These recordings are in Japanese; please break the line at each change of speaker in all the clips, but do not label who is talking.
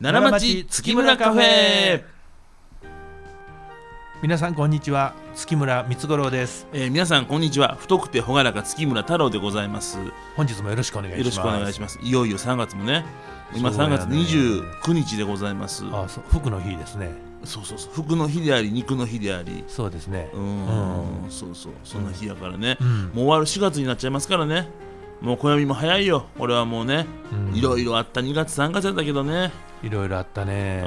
奈良町月村カフェ、
皆さんこんにちは月村光五郎です
えー、皆さんこんにちは太くて朗らか月村太郎でございますよ
本日もよろしくお願いします
ろしくお願いし
ま
ますいよいよ3月もね今
そうや
3
ね
月29日でございます
あそう服の日ですね
そうそうそう服の日であり肉の日であり
そうですね
うーんそうそうそんな日やからね、
ん
もう終わる4月になっちゃいますからねもう暦も早いよ俺はもうね
うん
いろいろあった2月3月だったけどね
いろいろあった
う
ね
ん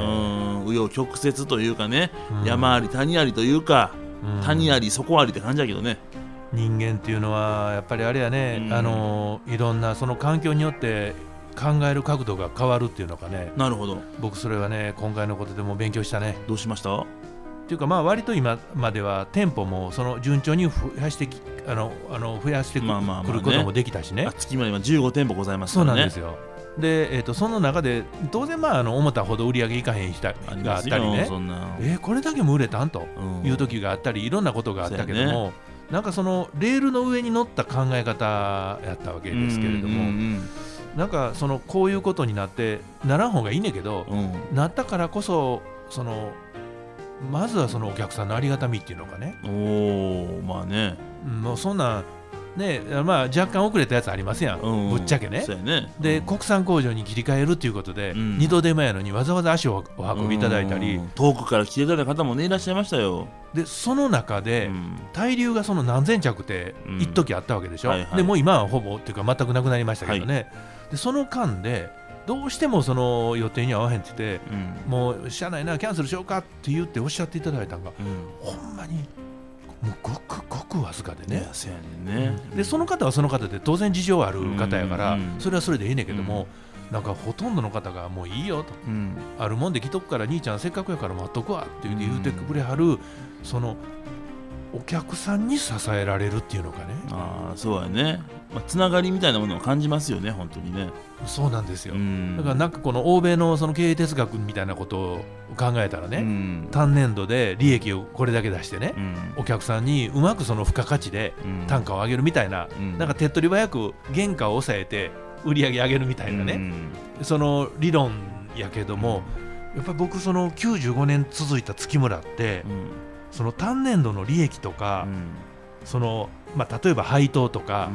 紆余曲折というかね、
うん
山あり谷ありというか、
うん
谷あり底ありって感じだけどね
人間っていうのはやっぱりあれやね、
うん
あのいろんなその環境によって考える角度が変わるっていうのかね
なるほど
僕それはね今回のことでも勉強したね
どうしました
っていうかまあ割と今までは店舗もその順調に増やしてきあのあの増やしてく,、
まあまあまあね
ることもできたしね
あ月まで今15店舗ございます
そ
か
う
ら
なん
ね
ですよで、えー、とその中で当然まああの思ったほど売り上げいかへん日だ
あり
があ
ま
っ
す
た
よ
りね
そんな
えーこれだけも売れたんと
うん
いう時があったりいろんなことがあったけど
そうや
も、なんかそのレールの上に乗った考え方やったわけですけれども、
うん
なんかそのこういうことになってならん方がいいねんけど
う、んうんうん
なったからこそそのまずはそのお客さんのありがたみっていうのかね、
おおまあね、
うんもうそんなんねまあ、若干遅れたやつありますやん、
うん、
ぶっちゃけね。
そうやね
で
うん
国産工場に切り替えるということで、
うん
二度手間やのにわざわざ足をお運びいただいたり、
うん遠くから来ていただいた方もねいらっしゃいましたよ、
でその中で、
うん
対流がその何千着って
うん
一時あったわけでしょ、
はいはい
でもう今はほぼっていうか全くなくなりましたけどね、でその間でどうしてもその予定に合わへんって言って
うん
もう社内なキャンセルしようかって言っておっしゃっていただいたのが
うん
ほんまにもうごくごくわずかで
い
ね
やそうやねんね、
でその方はその方で当然事情ある方やから、
うんうんうん
それはそれでいいねんけども、なんかほとんどの方がもういいよと
うん、
あるもんで来とくから兄ちゃんせっかくやから待っとくわって言うて
うん
言うてくれはるそのお客さんに支えられるっていうのかね
ああそうやね、まあ、つながりみたいなものを感じますよね本当にね、
そうなんですよ
うん、
だからなんかこの欧米のその経営哲学みたいなことを考えたら
う
ね
ん
単年度で利益をこれだけ出してね
うん
お客さんにうまくその付加価値で
うん
単価を上げるみたいな
うん
なんか手っ取り早く原価を抑えて売り上げ上げるみたいなねその理論やけどもやっぱり僕その95年続いた月村って
うんうん
その単年度の利益とか、そのまあ、例えば配当とか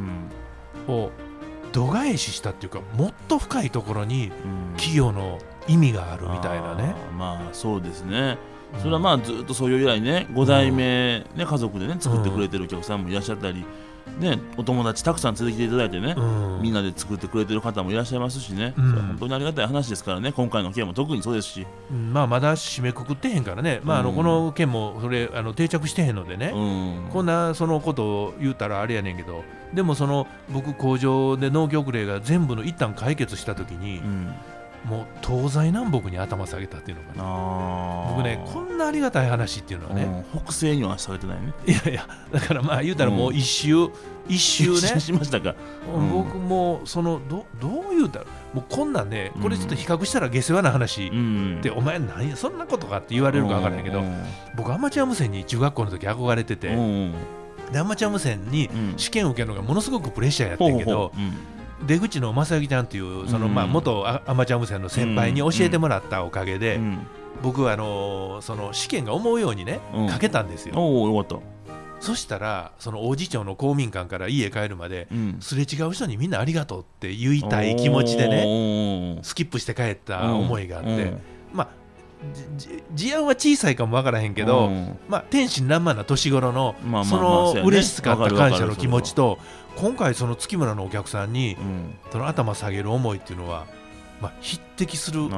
を度外視したっていうかもっと深いところに企業の意味があるみたいなね。
あーまあそうですねそれはまあずっとそういう以来ね5代目、ね、家族でね作ってくれてるお客さんもいらっしゃったり、ね、お友達たくさん連れてきていただいてね、
うん
みんなで作ってくれてる方もいらっしゃいますしね、
うん
それは本当にありがたい話ですからね今回の件も特にそうですし、
うんまあ、まだ締めくくってへんからね、まあ、あの
うん
この件もそれあの定着してへんのでね、
うん、
こんなそのことを言うたらあれやねんけどでもその僕工場で農業クレが全部の一旦解決した時に
う、ん
もう東西南北に頭下げたっていうのかな
あー
僕ねこんなありがたい話っていうのはね、
うん北西にはされてないね
いやいやだからまあ言うたらもう一周、一周ね
しましたかん
僕もそのどどう言うたらもうこんなんねこれちょっと比較したら下世話な話
う
っ
ん
て、お前なんやそんなことかって言われるか分からないけど、
うん
僕アマチュア無線に中学校の時憧れてて、
うん
でアマチュア無線に
うん
試験受けるのがものすごくプレッシャーやって
ほうんほう
けど、
ほううん
出口の正行ちゃんっていうその、まあ、
うん
元アアマチュア無線の先輩に教えてもらったおかげで、
うん
僕はあのーその試験が思うようにね、
うん
かけたんですよ。
おおよかっ
そしたらその王子町の公民館から家帰るまで
た、うん、
すれ違う人にみんなありがとうって言いたい気持ちでね
ね
スキップして帰った思いがあって、まあじじ事案は小さいかもわからへんけど、まあ、天真爛漫な年頃の
まあまあまあ
そ
そうや
の
ね
嬉しかった感謝の気持ちと今回その月村のお客さんにその頭下げる思いっていうのは、まあ、匹敵するって
って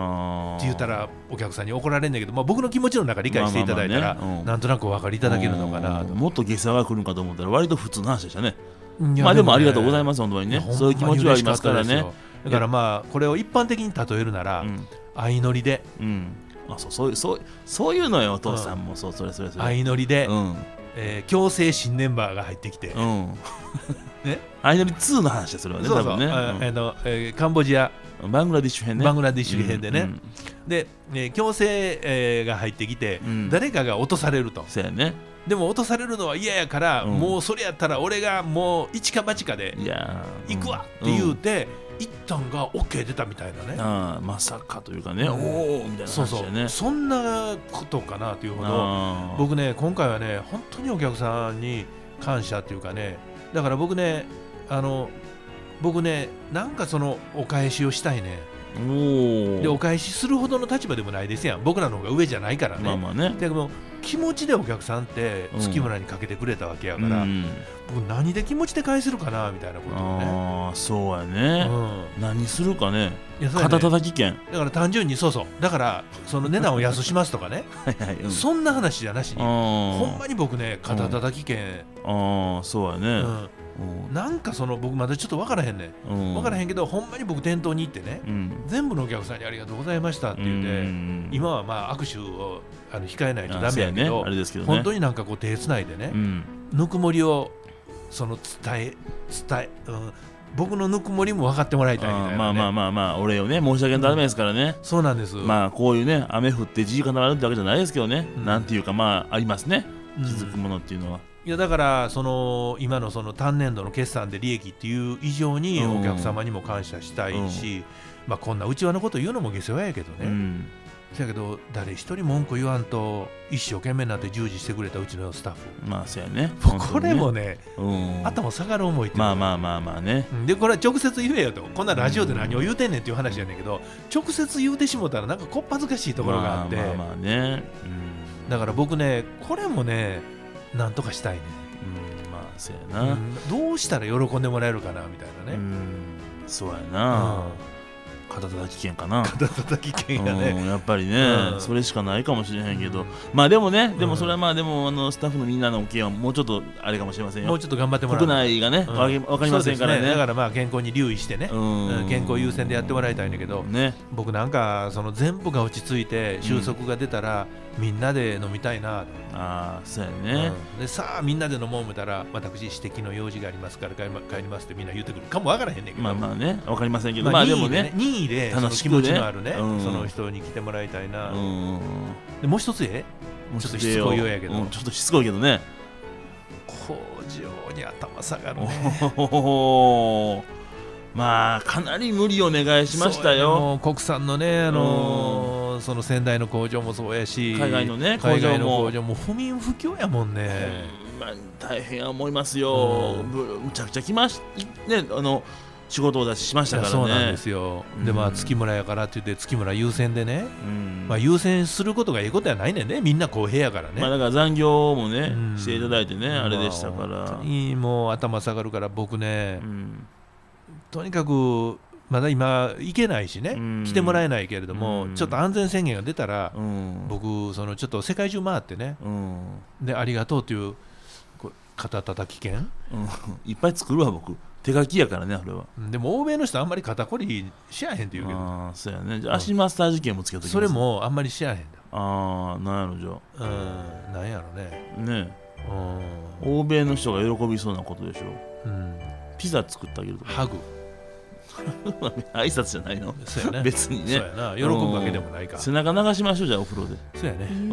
言ったらお客さんに怒られるんだけど、まあ、僕の気持ちの中理解していただいたらなんとなくお分かりいただけるのかなと。
もっと下世話が来るんかと思ったら割と普通の話でしたね
いや
まあでもありがとうござい
す
ます本当に
いや
ね
ほんまに
そういう気持ちはありますから
嬉
ね
しかったですよだからまあこれを一般的に例えるなら、
うん
相乗りで
うんあそうそういうそうそういうのよお父さんもそうそれそれそれ
相乗りで、
うん
えー強制新メンバーが入ってきて、
うん
ね
アイドル2の話だそれはね
そ
多
うそう、
分ね
ああのえーカンボジア、
うんバングラディッシュ編ね
バングラディッシュ編でね、
うんうん
で、えー強制、えーが入ってきて、
うん
誰かが落とされると
そうやね
でも落とされるのは嫌やから、
うん
もうそれやったら俺がもう一か八かで
いやー
行くわって言うて、一旦が OK 出たみたいなね
ああまさかというかね、
うん
おおみたいな
そう
感
そ
じでね
うそんなことかなというほど
ああ
僕ね今回はね本当にお客さんに感謝というかねだから僕ねあの僕ねなんかそのお返しをしたいね
おお
でお返しするほどの立場でもないですやん僕らの方が上じゃないからね、
まあまあね
でも気持ちでお客さんって
うん
月村にかけてくれたわけや
だ
から、
うん、
僕何で気持ちで返せるかなみたいなことをね。
ああそうや
うん
ね、何するかね
いやそうやね
肩叩き券
だから単純にそうそうだからその値段を安くしますとかね、
はいはい、うん、
そんな話じゃなしにほんま
あ
に僕ね肩叩き券、
あああそうや
う
ね、
んなんかその僕まだちょっと分からへんね
うんうん、
ん分からへんけどほんまに僕店頭に行ってね
うん
全部のお客さんにありがとうございましたって言う
う
て
ん
今はまあ握手をあの控えないとダ
あそ
メ
う
や
や
け
ね
ど
あれですけどね
本当になんかこう手つないでね
うん
ぬくもりをその伝え伝え、うん、僕のぬくもりも分かってもらいたいみたいな、
あ
ね、
ーまあまあまあまあお礼をね申し上げないとダメですからね、
そうなんです、
まあこういうね雨降って地固まるってわけじゃないですけどね、
うん
なんていうかまあありますね
うん
気づくものっていうのは、
いやだからその今のその単年度の決算で利益っていう以上に
うん
お客様にも感謝したいし、まあ、こんなうちわのこと言うのも下世話やけど
う
ね、
ん
そやけど誰一人文句言わんと一生懸命になって従事してくれたうちのスタッフ、
まあそうやね
これもね
本当にね、うん、
頭下がる思いっていうの
ま
は
あまあまあまあね
うんでこれは直接言えよとこんなラジオで何を言うてんねんっていう話やねんけど直接言うてしもたらなんかこっぱずかしいところがあって、
まあまあまあね
だから僕ねこれもねなんとかしたいね、
うん、うん、まあそうや
う
な、うん
んどうしたら喜んでもらえるかなみたいなね、
そうや
うん
な、肩叩き券かな
肩叩き券が
う
ね、
んやっぱりね、
うん
それしかないかもしれへんけど、
うん
まあでもね
ん
でもそれはまあでもあのスタッフのみんなの意見はもうちょっとあれかもしれません
も
よ
うちょっと頑張ってもらう
国内がね、
う
わけわかりませんから
そう
ね
ですだからまあ健康に留意してね、
う
うん
ん
健康優先でやってもらいたいんだけど
ね
僕なんかその全部が落ち着いて収束が出たら、みんなで飲みたいなって
ああそうやね、
うんでさあみんなで飲もう思たら私私的の用事がありますから帰りま帰りますってみんな言ってくるかもわからへんねんけど、
まあまあねわかりませんけど、
まあ
まあ
任
で
意
も
で
ね
任意でその
楽し
気
く
持
ね
ちのあるね
うん
その人に来てもらいたいな、
うん
でもう一つえ
もう
ちょっとしつこいようやけど
んちょっとしつこいけどね
工場に頭下がる
お
ね
ほほほまあかなり無理お願いしました
そうやね
よ、
もう国産のねあのーその仙台の工場もそうやし
海外のね工場も
海外の工場も不眠不況やもんね、
まあ、大変や思いますよ、
うん
むむちゃくちゃ来ましねあの仕事を出ししましたからね
そうなんですよ、でま
う
あ
ん
月村やからって言って月村優先でね、
うん
まあ、優先することがいいことやないねんねみんな公平やからね、
まあだから残業もね、
うん
していただいてねあれでしたから、
まあ本当にもう頭下がるから僕ね、
うん
とにかくまだ今行けないしね、
うん
来てもらえないけれども、
うん
ちょっと安全宣言が出たら、
うん
僕そのちょっと世界中回ってね
うん
でありがとうというこう肩叩き券
うんいっぱい作るわ僕手書きやからねあれは
でも欧米の人あんまり肩こりしやへんって言うけど
ああそうやねじゃ
う
あ
ん
足マッサージ券もつけときます
それもあんまりしやへんだ
ああなんやろ
うんなんやろね
じゃあね
うん、
欧米の人が喜びそうなことでしょ
うん、
ピザ作ってあげるとか
ハグ
挨拶じゃないの
そうやね
別に
そう
ね
やな喜ぶわけでもないか
背
そう
中流しましょうじゃあお風呂で
やね
うん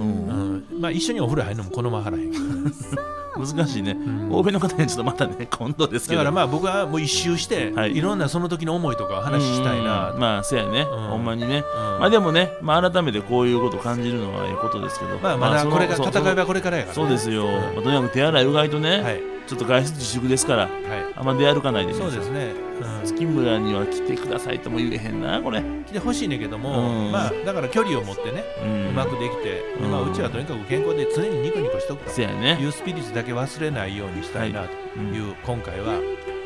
うん、まあ一緒にお風呂入るのもこのまま入らへんけど、
難しいね欧米の方にはちょっとまたね今度ですけ
だ
ど
からまあ僕はもう一周して、、
はいい
ろんなその時の思いとかを話したいな、
うんまあそうやね、ほんまにね
うん
まあでもね、まあ、改めてこういうことを感じるのはええことですけど、
まあまだ
その
これが
そう
戦いはこれからやから、
そうそうですよ、まあとにかく手洗いうがいとね、
はいはい
ちょっと外出自粛ですからあんま出歩かないでくださ
そ
いう
ですね、う、
月村には来てくださいとも言えへんなこれ、うん
来てほしいねんけども、
うん、
まあだから距離を持ってねうんまくできて、
うん
まあうちはとにかく健康で常にニコニコしとく
せ
と
やね
いうスピリッツだけ忘れないようにしたいなと
う
い
ん
う、今回は、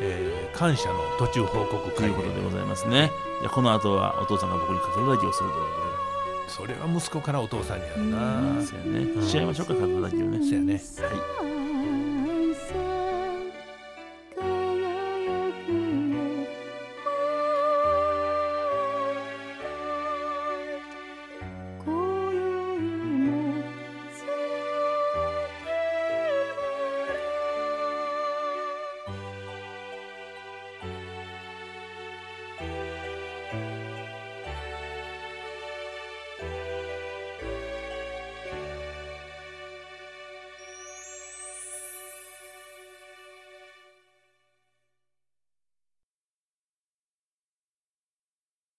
えー感謝の途中報告
と
会
いうことでございますねじゃあこの後はお父さんが僕に肩叩きをするという
それは息子からお父さんにやる
こと
な
で、せやね、
うん
しちゃいましょうか肩叩きをね
そうやね
はい
「